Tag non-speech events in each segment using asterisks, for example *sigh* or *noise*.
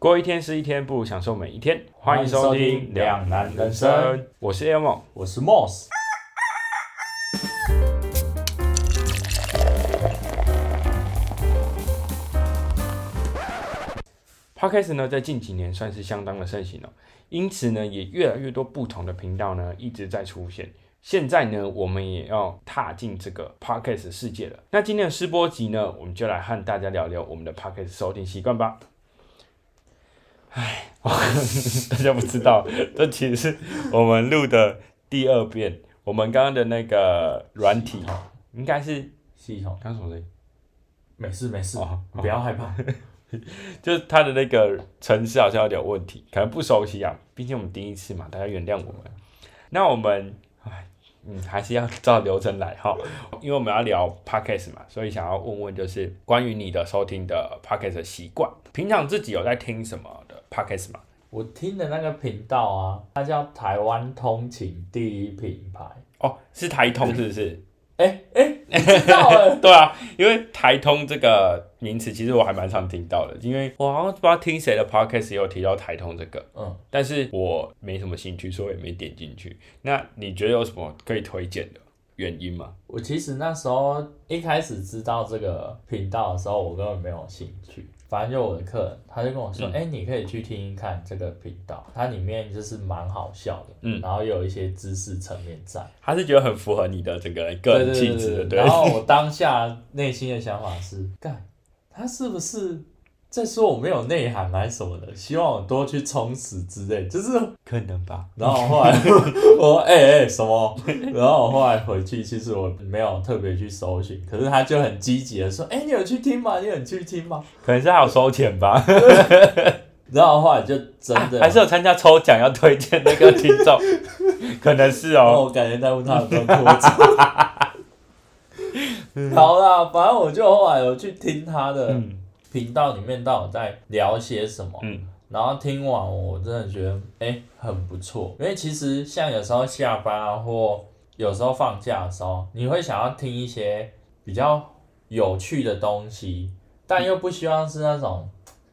过一天是一天，不如享受每一天。欢迎收欢迎收听《听两难人生两难人》，我是 a m o 我是 Moss。 Podcast 呢，在近几年算是相当的盛行哦，因此呢，也越来越多不同的频道呢一直在出现。现在呢，我们也要踏进这个 Podcast 世界了。那今天的试播集呢，我们就来和大家聊聊我们的 Podcast 收听习惯吧。哎，我 *laughs* 大家不知道，这其实是我们录的第二遍。我们刚刚的那个软体，应该是系统，刚刚什么声音？没事没事，哦不要害怕。就是它的那个城市好像有点问题，可能不熟悉啊，毕竟我们第一次嘛，大家原谅我们。那我们，唉，嗯，还是要照流程来哈，因为我们要聊 podcast 嘛，所以想要问问就是关于你的收听的 podcast 的习惯，平常自己有在听什么的 podcast 吗？ *laughs* 我听的那个频道啊，它叫台湾通勤第一品 *laughs* 牌。哦，是台通是不是？ *laughs* 哎哎，你知道了对啊，因为台通这个名词其实我还蛮常听到的，因为我好像不知道听谁的 podcast 也有提到台通这个，嗯，但是我没什么兴趣，所以我也没点进去。那你觉得有什么可以推荐的原因吗？我其实那时候一开始知道这个频道的时候，我根本没有兴趣。反正就我的客人，他就跟我说：“哎、你可以去听听看这个频道，它里面就是蛮好笑的，嗯然后也有一些知识层面在。”还是觉得很符合你的整个人个人气质的，对然后我当下内心的想法是，干，他是不是在说我没有内涵还是什么的？希望我多去充实之类。就是，可能吧。然后后来 *laughs* 我哎哎、什么？然后我后来回去，其实我没有特别去搜寻，可是他就很积极的说，哎、你有去听吗？你有去听吗？可能是还有收钱吧，然后后来就真的，啊还是有参加抽奖要推荐那个听 *laughs* 众，可能是然哦。后我改天再问他有没有拖 *laughs* 着。好啦，反正我就后来有去听他的。嗯频道里面到底在聊些什么。嗯然后听完，我真的觉得哎、诶很不错，因为其实像有时候下班啊，或有时候放假的时候，你会想要听一些比较有趣的东西，但又不希望是那种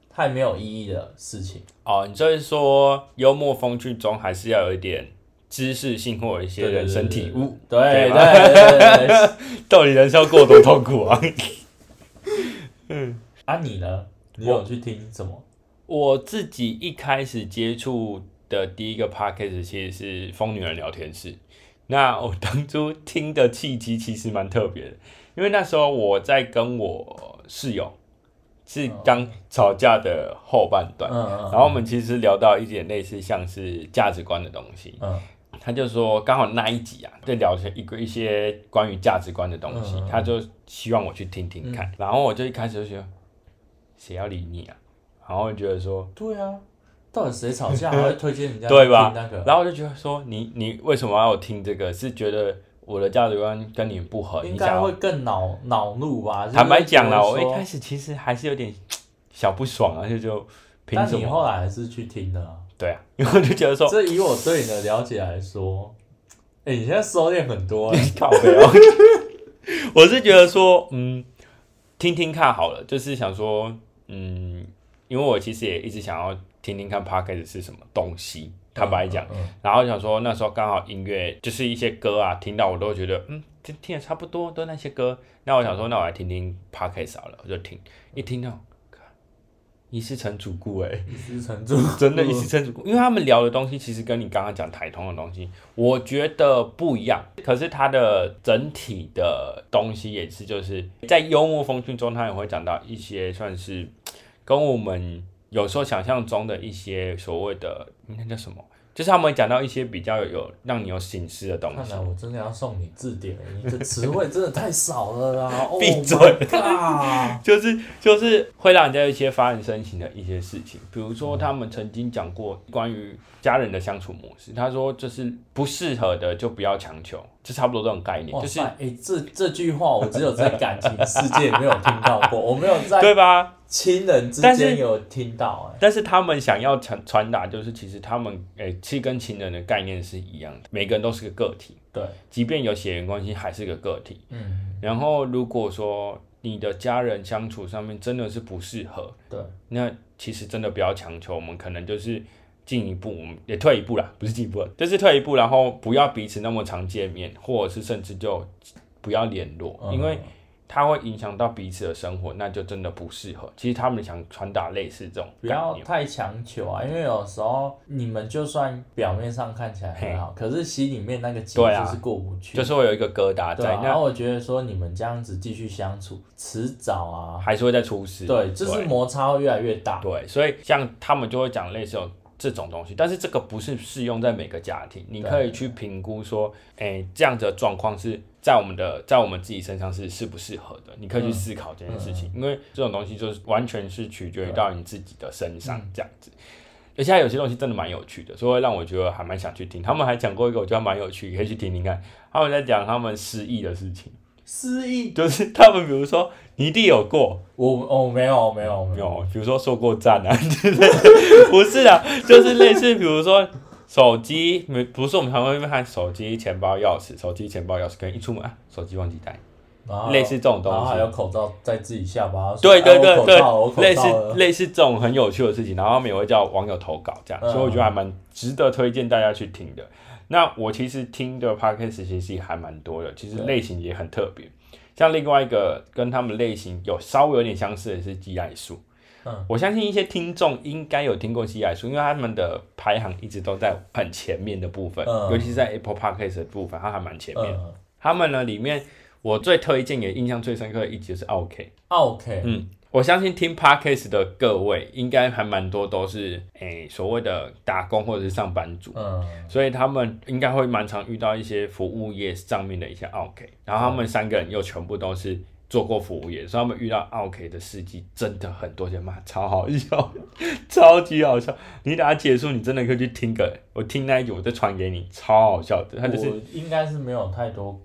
太没有意义的事情。哦，你就是说幽默风趣中还是要有一点知识性或有一些 *laughs* 对对人生体悟。对对对吧对对对到底人生要过多痛苦啊？啊，你呢？你有去听什么？我自己一开始接触的第一个 podcast 其实是《疯女人聊天室》，那我当初听的契机其实蛮特别的，因为那时候我在跟我室友是刚吵架的后半段，哦嗯然后我们其实聊到一点类似像是价值观的东西，嗯他就说刚好那一集啊，在聊一个一些关于价值观的东西，嗯他就希望我去听听看，然后我就一开始就觉得谁要理你啊，然后我就觉得说。对啊，到底谁吵 *laughs* 架还会推荐人家对吧听那个？然后我就觉得说，你你为什么要我听这个？是觉得我的价值观跟你不合？应你想该要会更恼恼怒吧？就是呃坦白讲啦，觉我得一说开始其实还是有点小不爽啊，就就凭但什你么？后来还是去听的、啊。对啊， *laughs* 因为我就觉得说，这以我对你的了解来说，哎、你现在收敛很多、 *laughs* 欸，靠背哦，我是觉得说，嗯，听听看好了，就是想说，嗯，因为我其实也一直想要听听看 podcast 是什么东西。 *laughs* 坦白讲，嗯，嗯然后想说那时候刚好音乐就是一些歌啊，听到我都觉得嗯，听听的差不多都那些歌。那我想说，那我来听听 podcast 好了，我就听，一听到，看一世成主顾哎、嗯一时成就 *laughs* 真的，一世成主顾，因为他们聊的东西其实跟你刚刚讲台通的东西，我觉得不一样。可是它的整体的东西也是，就是在幽默风趣中，他也会讲到一些算是跟我们有时候想象中的一些所谓的那叫什么，就是他们会讲到一些比较有有让你有醒思的东 *laughs* 看西来。我真的要送你字典了，你这词汇真的太少 *laughs* 了啦！闭 Oh 嘴 *laughs* my god！就是就是会让人家有一些发人深省的一些事情，比如说他们曾经讲过关于家人的相处模式，他说就是不适合的就不要强求，就差不多这种概念，哇就是塞，哎、这这句话我只有在感情世界没有听到过，我没有在对吧？亲人之但是间有听到、哎，但是他们想要传传达就是其实他们诶、其实跟情人的概念是一样的，每个人都是个个体，对，即便有血缘关系还是个个体。嗯，然后如果说你的家人相处上面真的是不适合，对，那其实真的不要强求，我们可能就是进一步，我们也退一步啦，不是进一步，就是退一步，然后不要彼此那么常见面，或者是甚至就不要联络，嗯因为它会影响到彼此的生活，那就真的不适合。其实他们想传达类似这种不概要念，太强求啊，因为有时候你们就算表面上看起来很好，可是心里面那个结对啊就是过不去。就是会有一个疙瘩对在，啊，然那后我觉得说你们这样子继续相处，迟早啊，还是会再出事。对，就是摩擦会越来越大。对，所以像他们就会讲类似有这种东西，但是这个不是适用在每个家庭，你对可以去评估说，诶，这样子的状况是在我们的在我们自己身上是适不适合的，你可以去嗯思考这件事情，因为这种东西就是完全是取决于到你自己的身上嗯这样子。而且它有些东西真的蛮有趣的，所以会让我觉得还蛮想去听。他们还讲过一个我觉得蛮有趣，可以去听听看。他们在讲他们失忆的事情，失忆，就是他们比如说你一定有过，我我没有没有没有，有，比如说受过赞啊 *laughs* 之类的，不是啊，就是类似，比如说手机，没不是我们常会看手机、钱包、钥匙，手机、钱包、钥匙，可能一出门啊，手机忘记带，然后类似这种东啊然后还有西。口罩在自己下巴，对对哎对我口罩了我口对，类罩似了类似这种很有趣的事情，然后他们也会叫网友投稿这样，嗯所以我觉得还蛮值得推荐大家去听的。那我其实听的 podcast 其实还蛮多的，其实对类型也很特别。像另外一个跟他们类型有稍微有点相似的是鸡爱树，嗯，我相信一些听众应该有听过西雅书，因为他们的排行一直都在很前面的部分，嗯尤其是在 Apple Podcast 的部分，它还蛮前面。嗯他们呢里面，我最推荐也印象最深刻的一集就是 OK。啊，OK，嗯，我相信听 Podcast 的各位应该还蛮多都是诶、所谓的打工或者是上班族。嗯，所以他们应该会蛮常遇到一些服务业上面的一些 OK，然后他们三个人又全部都是做过服务业，所以他们遇到 OK 的事迹真的很多，人骂超好笑， *laughs* 超级好笑。你等下结束，你真的可以去听个，我听那一集我再传给你，超好笑的。他就是，我应该是没有太多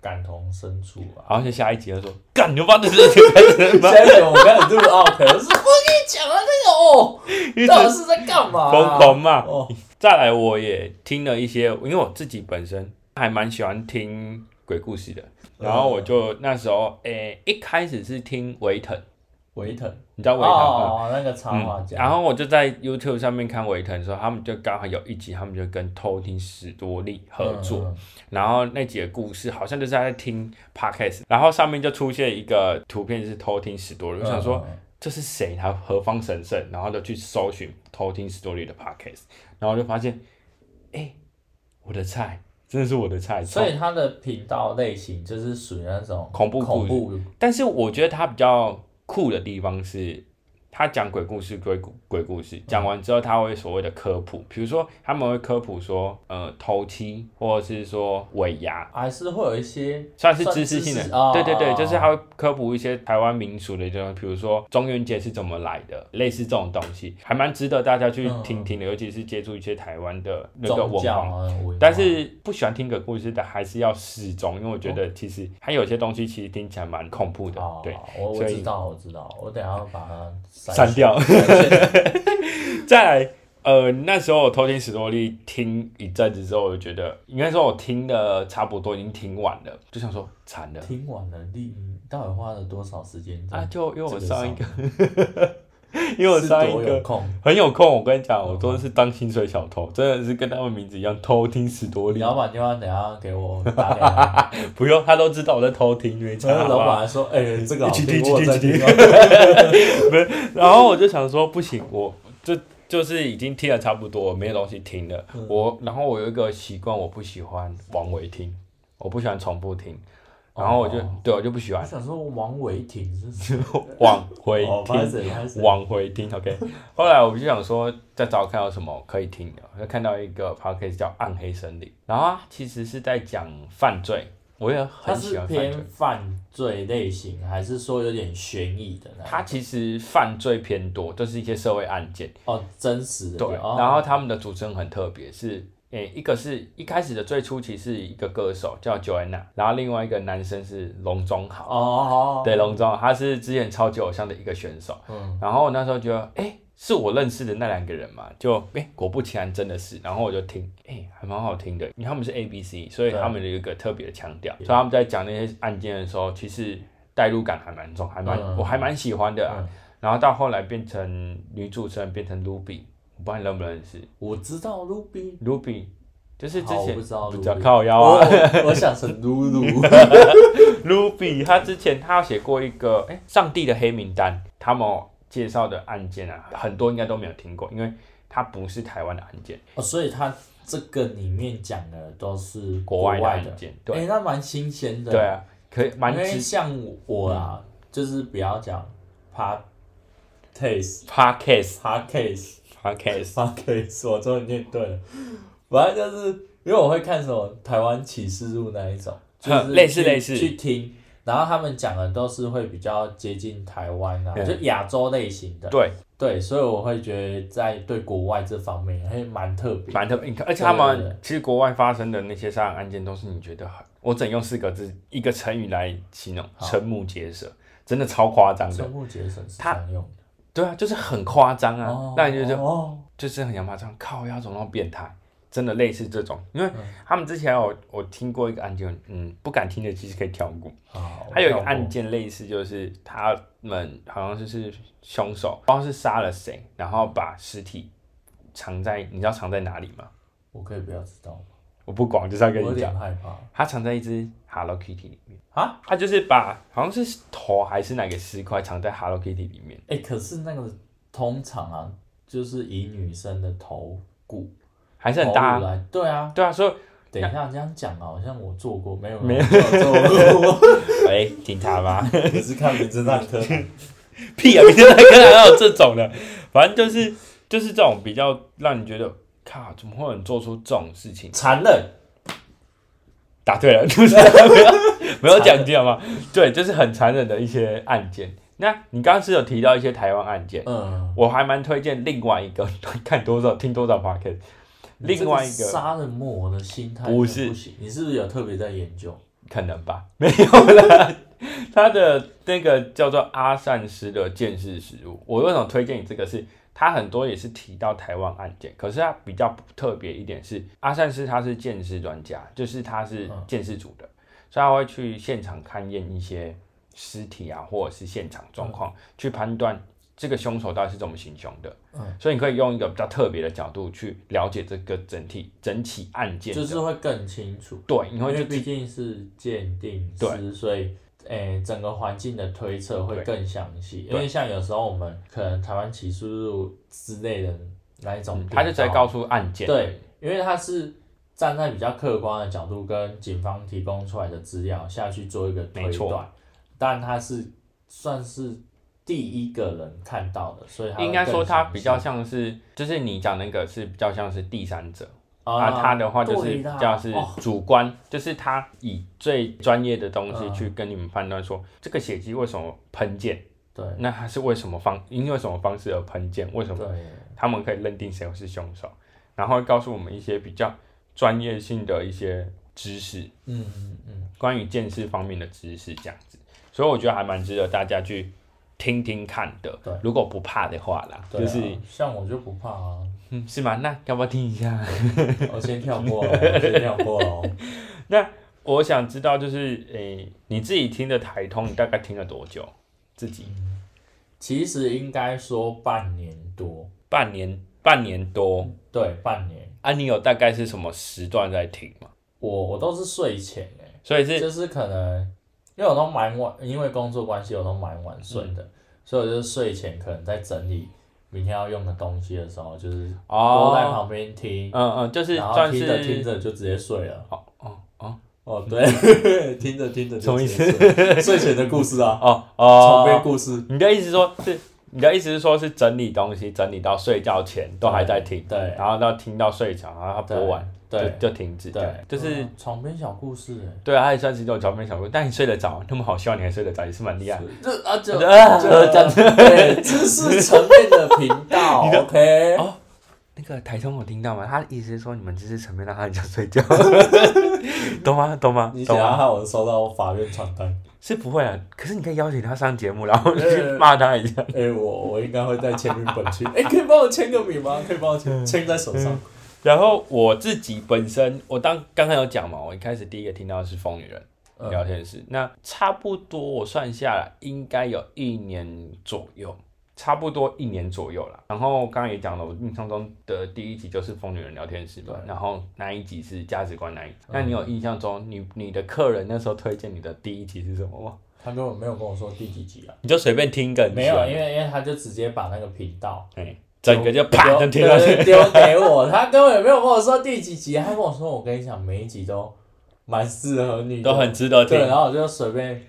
感同身受啊吧。然后就下一集他说，干，你就把这事情开始吧，下一集我开始录 OK，我是我跟你讲啊，那个哦，一到底直是在干嘛、疯狂骂。哦，再来，我也听了一些，因为我自己本身还蛮喜欢听鬼故事的，然后我就那时候，诶、一开始是听维腾，维腾，你知道维腾吗？哦，那个插画家，嗯然后我就在 YouTube 上面看维腾的时候，他们就刚好有一集，他们就跟偷听史多利合作，嗯，然后那几个故事好像就是在听 Podcast，然后上面就出现一个图片是偷听史多利，嗯我想说，嗯这是谁？他何方神圣？然后就去搜寻偷听 story 的 podcast，然后就发现，哎、我的菜，真的是我的菜。所以他的频道类型就是属于那种恐怖故恐事怖，但是我觉得他比较酷的地方是，他讲鬼故事归鬼鬼故嗯事，讲完之后他会所谓的科普，比如说他们会科普说，呃，头七或者是说尾牙，还是会有一些算是知识性的，知识哦对对对，就是他会科普一些台湾民俗的这种，比如说中元节是怎么来的，类似这种东西，还蛮值得大家去听听的，尤其是接触一些台湾的那个嗯宗文教化。啊，文化但是不喜欢听鬼故事的，还是要适中，因为我觉得其实还有些东西其实听起来蛮恐怖的，哦，对，我我所以知道我知道，我等一下要把它筛删掉。 *laughs* 筛选再来，呃，那时候我偷听史多利听一阵子之后，我就觉得应该说我听的差不多，已经听完了，就想说惨了，听完了，你你到底花了多少时间在啊，就因为我这上一个，上因为我哦是上一多有个空，很有空，我跟你啊讲，我都是当薪水小偷，真的是跟他们名字一样偷听史多你利。 *laughs* 老板电话等一下给我打给 *laughs* 他，不用，他都知道我在偷听，因为然 *laughs* 后老板吧？还说，哎、 *laughs* 这个好一起听，听我有在一起听听哦， *laughs* 然后我就想说，不行，我这就是已经听的差不多，我没有东西听了。嗯我然后我有一个习惯，我不喜欢往回听，我不喜欢重复听，然后我就、哦对我就不喜我 *laughs* 欢想说王伟霆是谁？往回哦，听拍。谁拍谁？往回听，OK。后 *laughs* 来我就想说，再找看到什么可以听的，我就看到一个 podcast 叫《暗黑森林》，然后它其实是在讲犯罪，我也他很喜是欢犯罪偏。犯罪类型，还是说有点悬疑的呢？它其实犯罪偏多，都、是一些社会案件。哦，真实的对，哦、然后他们的主持人很特别，是诶、一个是一开始的最初期是一个歌手叫 Joanna，然后另外一个男生是龙中豪，哦哦，哦对，龙中豪他是之前超级偶像的一个选手。嗯，然后我那时候觉得，哎、是我认识的那两个人嘛，就哎、诶果不其然真的是。然后我就听，哎、还蛮好听的，因为他们是 A B C，所以对他们有一个特别的腔调，所以他们在讲那些案件的时候，其实代入感还蛮重，还蛮、嗯我还蛮喜欢的、啊。嗯然后到后来变成女主持人，变成 Ruby，我不知道你认不认识我知道 Ruby， Ruby，就是之好前我不知道不知道 Ruby 靠腰啊。 *laughs* 我我想成露露， Ruby，他之前他有写过一个哎、诶上帝的黑名单》，他们介绍的案件啊，很多应该都没有听过，因为它不是台湾的案件，哦，所以他这个里面讲的都是国外外的案件。哎、对那蛮新鲜的。对啊，可以蛮嗯因为值像我啊，就是不要讲 pod taste podcast podcast podcast。 podcast，我终于念对了。反正就是因为我会看什么台湾启示录那 *laughs* 一种，就哼是类似去类似去听，然后他们讲的都是会比较接近台湾啊，嗯就亚洲类型的。对，对，所以我会觉得在对国外这方面还蛮特别。蛮特别，而且对他对对们其实国外发生的那些杀人案件，都是你觉得很，我只能用四个字一个成语来形容，好瞠目结舌，真的超夸张的瞠。目结舌是他常用对啊，就是很夸张的。啊哦，，让人觉得哦，就是很想把这样靠要怎么那么变态，真的类似这种，因为嗯他们之前我我听过一个案件，嗯，不敢听的其实可以跳过。好，还有一个跳过案件类似，就是他们好像就是凶手，不知道是杀了谁，然后把尸体藏在，你知道藏在哪里吗？我可以不要知道吗，我不管，我就是要我跟有你点讲，害怕。他藏在一只 Hello Kitty 里面啊，他就是把好像是头还是哪个尸块藏在 Hello Kitty 里面，哎、可是那个通常啊，就是以女生的头骨还是很大头骨啊。来，对啊。对啊，所以等一下这样讲啊，好像我做过，没有没有做过， *laughs* 哎，警察 *laughs* 吧。我是看《*laughs* 名侦探柯南》。屁啊！明 *laughs* 天跟来还有这种的，反正就是就是这种比较让你觉得，靠，怎么会有人做出这种事情？残忍，答对了， *laughs* 就是没有讲这样吗？对，就是很残忍的一些案件。那你刚刚是有提到一些台湾案件，嗯，我还蛮推荐另外一个， *laughs* 看多少听多少 p o c a s t 另外一这个杀人魔的心态不真的是不行，你是不是有特别在研究？可能吧， *laughs* 没有啦。 *laughs* 他的那个叫做阿善师的见识实务，我为什么推荐你这个是？他很多也是提到台湾案件，可是他比较特别一点是，阿善师他是见识专家，就是他是嗯见识组的，所以他会去现场勘验一些尸体啊，或者是现场状况，去判断这个凶手到底是怎么行凶的。嗯所以你可以用一个比较特别的角度去了解这个整体整起案件的，就是会更清楚。对，你因会为去毕竟是鉴定对师，所以诶、整个环境的推测会对更详细。对因为像有时候我们可能台湾起诉录之类的那一种嗯频道、他就直接告诉案件。对，因为他是站在比较客观的角度跟警方提供出来的资料下去做一个推没错断，但他是算是第一个人看到的，所以他会应该说更它详比细较像是，就是你讲那个是比较像是第三者，啊啊，他的话就是对比啦较是哦主观，就是他以最专业的东西嗯去跟你们判断说这个血迹为什么喷溅，对那它是为什么方因为什么方式而喷溅，为什么对他们可以认定谁是凶手，然后会告诉我们一些比较专业性的一些知识，嗯嗯嗯，关于见识方面的知识这样子，所以我觉得还蛮值得大家去听听看的对，如果不怕的话啦，对啊就是。像我就不怕啊。嗯，是吗？那要不要听一下？ *laughs* 我先跳过哦，我先跳过哦。我想知道，就是诶、你自己听的台通，你大概听了多久？自己其实应该说半年多，半年，半年多对，半年。啊？你有大概是什么时段在听吗？我我都是睡前哎、所以是就是可能因为我都蛮晚，因为工作关系我都蛮晚睡的，嗯所以我就是睡前可能在整理明天要用的东西的时候，就是都在哦，旁边听，嗯嗯，就是然后算听着听是着就直接睡了。哦哦哦哦，对， *laughs* 听着听着就直接睡了。睡前的故事啊，哦床边哦，故事你的意思说是你的意思是说是整理东西，整理到睡觉前都还在听，对然后到听到睡着，然后它播完就对就停止，对，就是嗯床边小故事哎、对啊，它也算是一种桥面小故事，但你睡得着，那么好笑，你还睡得着，也是蛮厉害的。这啊 *laughs* 就啊就呃讲对知识层面的频 *laughs* 道，OK，哦那个台中有听到吗？他的意思是说你们只是沉迷让他很想睡 *laughs* 觉，懂吗？懂吗你？想懂要吗？害我收到法院传单？是不会啊，可是你可以邀请他上节目，然后你去呃骂他一下。 *laughs* 哎，我我应该会带签名本去， *laughs* 哎，可以帮我签个名吗？可以帮我嗯签签在手上。然后我自己本身，我当刚刚有讲嘛，我一开始第一个听到的是《疯女人》，嗯聊天室。那差不多我算下来应该有一年左右，差不多一年左右了。然后刚刚也讲了，我印象中的第一集就是疯女人聊天室嘛，对然后那一集是价值观那一集。那你有印象中你你的客人那时候推荐你的第一集是什么吗？他根本没有跟我说第几集啊，你就随便听一个，你没喜有，欢因的为因为他就直接把那个频道哎整个就啪就丢贴上去。对丢给我，他根本没有跟我说第几集，他跟我说我跟你讲每一集都蛮适合你的，都很值得听对，。然后我就随便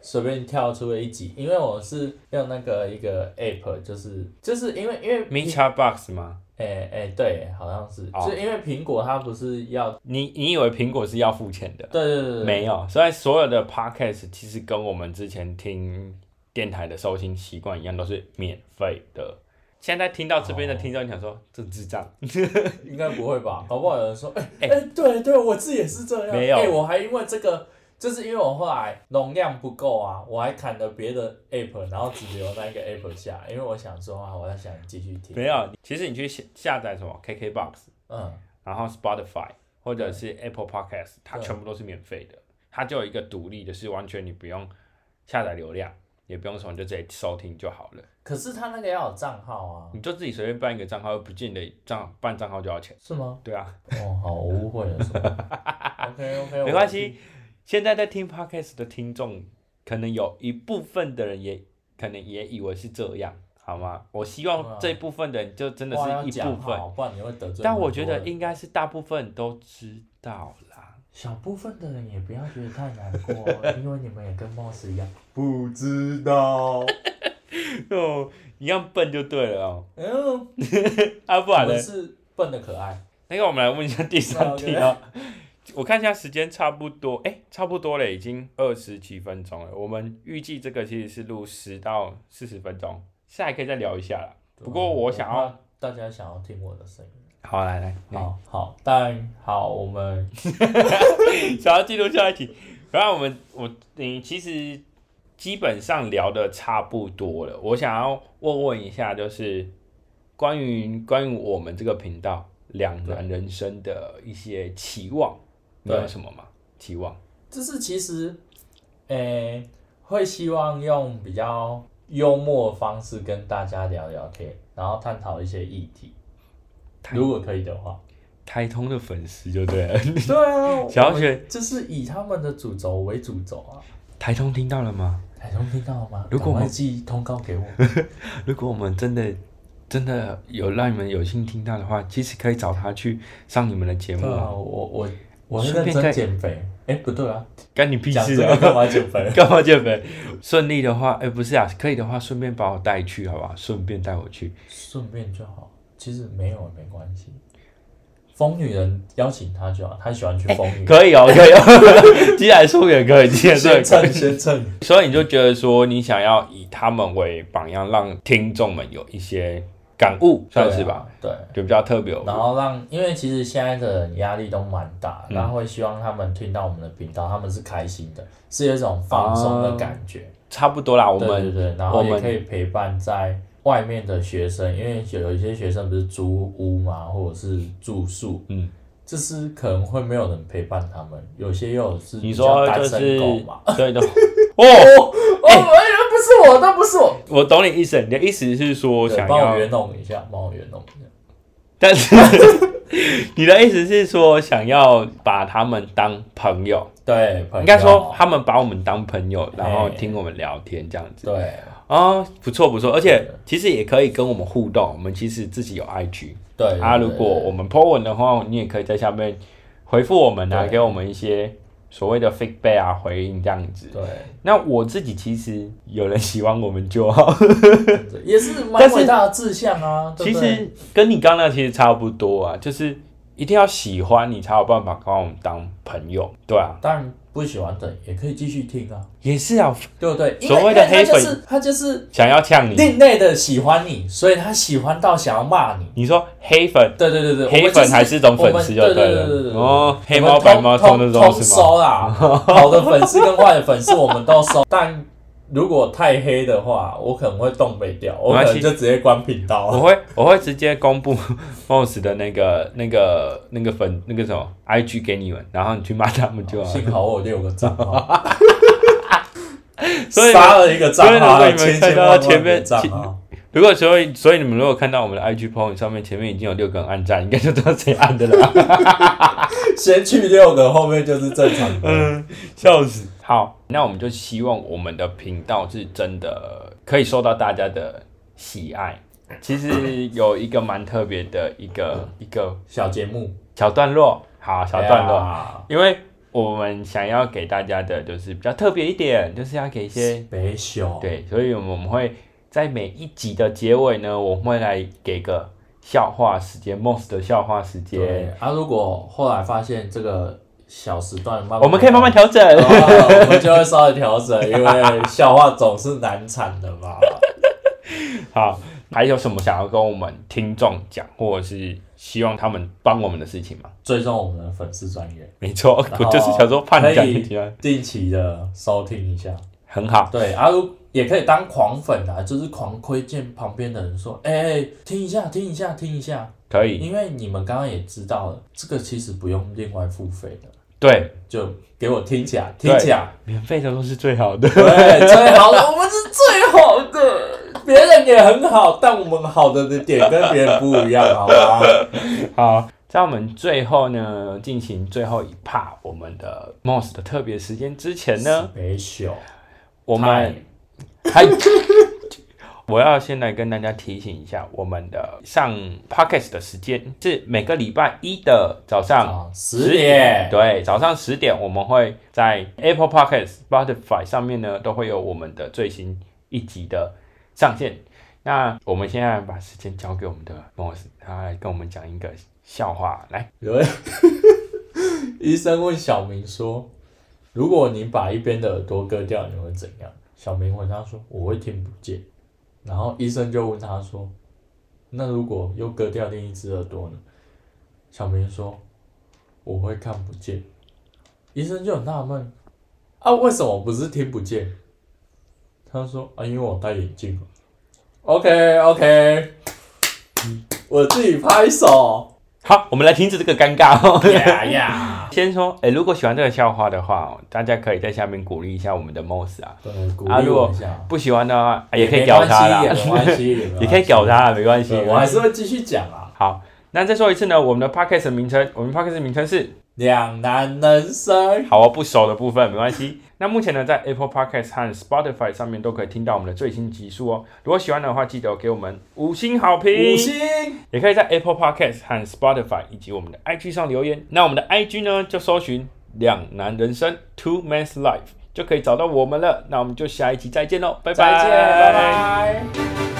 随便跳出了一集，因为我是用那个一个 app，就是就是因为因为 Mixer Box 吗？哎哎对，好像是，哦就因为苹果它不是要你你以为苹果是要付钱的？对对对对，没有，所以所有的 podcast 其实跟我们之前听电台的收听习惯一样，都是免费的。现在听到这边的听众，你想说这智障？应该不会吧？搞不好有人说，哎、哎哎、对对，我自己也是这样。没有哎、我还因为这个，就是因为我后来容量不够啊，我还砍了别的 app，然后只留那一个 app 下来，因为我想说啊，我在想继续听。没有，其实你去下下载什么 KKBox，嗯，然后 Spotify 或者是 Apple Podcast，它对全部都是免费的，它就有一个独立的，是完全你不用下载流量，也不用什么，你就直接收听就好了。可是他那个要有账号啊，你就自己随便办一个账号，又不见得账办账号就要钱。是吗？对啊，哦，好，我 *laughs* 误会了。是吗 OK OK，没关系。现在在听 podcast 的听众，可能有一部分的人也可能也以为是这样，好吗？我希哇望这部分的人就真的是一部分，，不然你会得罪很多人。但我觉得应该是大部分都知道啦。小部分的人也不要觉得太难 *laughs* 过，因为你们也跟 Moss 一样不知道。哦，一样笨就对了哦。嗯，啊，不然我呢们？是笨的 *laughs* 可爱，那个我们来问一下第三题那 *laughs* 哦。我看一下时间，差不多，哎、差不多了，已经二十几分钟了。我们预计这个其实是录十到四十分钟，下还可以再聊一下啦。不过我想要怕大家想要听我的声音，好，来来，好，好好，但好，我们想要进入下一题。然后我们我你其实基本上聊的差不多了，我想要问问一下，就是关于关于我们这个频道两难人生的一些期望，你对有什么吗？期望？就是其实，诶、会希望用比较幽默的方式跟大家聊聊天，然后探讨一些议题，台如果可以的话。台通的粉丝就对了， *laughs* 对啊， *laughs* 想要我学就是以他们的主轴为主轴啊。台通听到了吗？台中听到了吗？如果我赶们快寄通 *laughs* 告给我。如果我们真的真的有让你们有幸听到的话，其实可以找他去上你们的节目对啊，啊，我我我会顺认便真再减肥。哎、不对 *laughs* 啊，干你屁讲这事个啊！干嘛减肥？ *laughs* 干嘛减肥？顺利的话，哎、不是啊，可以的话，顺便把我带去，好不好？顺便带我去，顺便就好，其实没有也没关系。疯女人邀请他就好，他喜欢去疯女人。可以 *laughs* 哦，可以哦。 *laughs* 既然说也可以，既然说也先可蹭以。先蹭，所以你就觉得说，你想要以他们为榜样，让听众们有一些感悟，算是吧？对啊？就比较特别哦。对，然后让，因为其实现在的人压力都蛮大，嗯然后会希望他们听到我们的频道，他们是开心的，是有一种放松啊的感觉。差不多啦，我对对们对，然我后也们可以陪伴在外面的学生，因为有一些学生不是租屋嘛，或者是住宿，嗯，就是可能会没有人陪伴他们，有些又是你比较说就单是身狗嘛， *laughs* 对的。哦，哦，哦，哎、不是我，那不是我。我懂你意思，你的意思是说对想帮要我，圆弄一下，帮我圆弄一下。但是 *laughs* 你的意思是说想要把他们当朋友，对，朋友应该说他们把我们当朋友，然后嘿听我们聊天这样子。对哦，不错不错，而且对其实也可以跟我们互动。我们其实自己有 IG 对对啊，对如果我们 po 文的话，你也可以在下面回复我们啊，对给我们一些所谓的 feedback 啊，回应这样子。对，那我自己其实有人喜欢我们就好，真的也是但蛮是伟大的志向啊。对其不对实跟你刚刚那其实差不多啊，就是一定要喜欢你才有办法把我们当朋友，对啊，当然不喜欢的也可以继续听啊，也是啊，对不对？因为所谓的因为黑他粉就是他就是想要呛你，另类的喜欢你，所以他喜欢到想要骂你。你说黑粉。对对对对，我黑们就粉是还是一种粉丝就我们对了对对对对哦，黑猫白猫通通的都通 *laughs* 是吗？收啦，好的粉丝跟坏的粉丝我们都收，但如果太黑的话，我可能会东北掉，我没关可能系就直接关频我道。会我会直接公布 *laughs* Moss 的那个那个那个粉那个什么 IG 给你们，然后你去骂他们就好了。幸好我有六个账号， *laughs* 所以杀了一个账号，所以如果你千们看千到万万前个面账号。如果所以所以你们如果看到我们的 IG p o i n 上面前面已经有六个人按赞，应该就知道谁按的了。先去六个，后面就是正常的。 *laughs* 嗯，笑死。好，那我们就希望我们的频道是真的可以受到大家的喜爱。其实有一个蛮特别的一个一个小节目，哎小段落，好小段落，落，因为我们想要给大家的就是比较特别一点，就是要给一些北小，对，所以我们会在每一集的结尾呢，我们会来给个笑话时间，Moss 的笑话时间，对。啊，如果后来发现这个小时段慢慢，我们可以慢慢调整。 *laughs* 哦我们就会稍微调整，因为笑话总是难产的嘛。好，还有什么想要跟我们听众讲，或者是希望他们帮我们的事情吗？追踪我们的粉丝专业，没错，*laughs* 然我后就是想说怕你讲可以一讲，定期的收听一下。很好，对，啊，如也可以当狂粉啊，就是狂推荐旁边的人说，哎、听一下，听一下，听一下，可以，因为你们刚刚也知道了，这个其实不用另外付费的， *laughs* 对，就给我听起来，听对起来，免费的都是最好的。 *laughs* 对，最好的，我们是最好的，别人也很好，但我们好的的点跟别人不一样，好吗？ *laughs* 好，在我们最后呢进行最后一 part 我们的 Moss 的特别时间之前呢，没 *laughs* 秀，我们还。 *laughs* 我要先来跟大家提醒一下，我们的上 podcast 的时间是每个礼拜一的早上啊，十点，对，早上十点我们会在 Apple Podcast、Spotify 上面呢，都会有我们的最新一集的上线。那我们现在把时间交给我们的 Moss，他来跟我们讲一个笑话。来，有位 *laughs* 医生问小明说：“如果你把一边的耳朵割掉，你会怎样？”小明回答说：“我会听不见。”然后医生就问他说：“那如果又割掉另一只耳朵呢？”小明说：“我会看不见。”医生就很纳闷：“啊，为什么不是听不见？”他说：“啊，因为我戴眼镜了。”OK OK，我自己拍手。好，我们来停止这个尴尬哦。呀呀！ *laughs* 先说，哎、如果喜欢这个笑话的话哦，大家可以在下面鼓励一下我们的 Moss 啊。对，鼓啊励如我果一下，不喜欢的话，哎也可以没屌关他系，也 *laughs* 啦，没关系，也可以屌他啦，没关系系。。我还是会继续讲啊。好，那再说一次呢，我们的 podcast 的名称，我们 podcast 的名称是两难人生，好啊，不熟的部分没关系。 *laughs* 那目前呢，在 Apple Podcast 和 Spotify 上面都可以听到我们的最新集数哦。如果喜欢的话，记得给我们五星好评，五星也可以在 Apple Podcast 和 Spotify 以及我们的 IG 上留言。那我们的 IG 呢，就搜寻“两男人生 Two Man's Life” 就可以找到我们了。那我们就下一集再见喽，拜拜，再见，拜拜。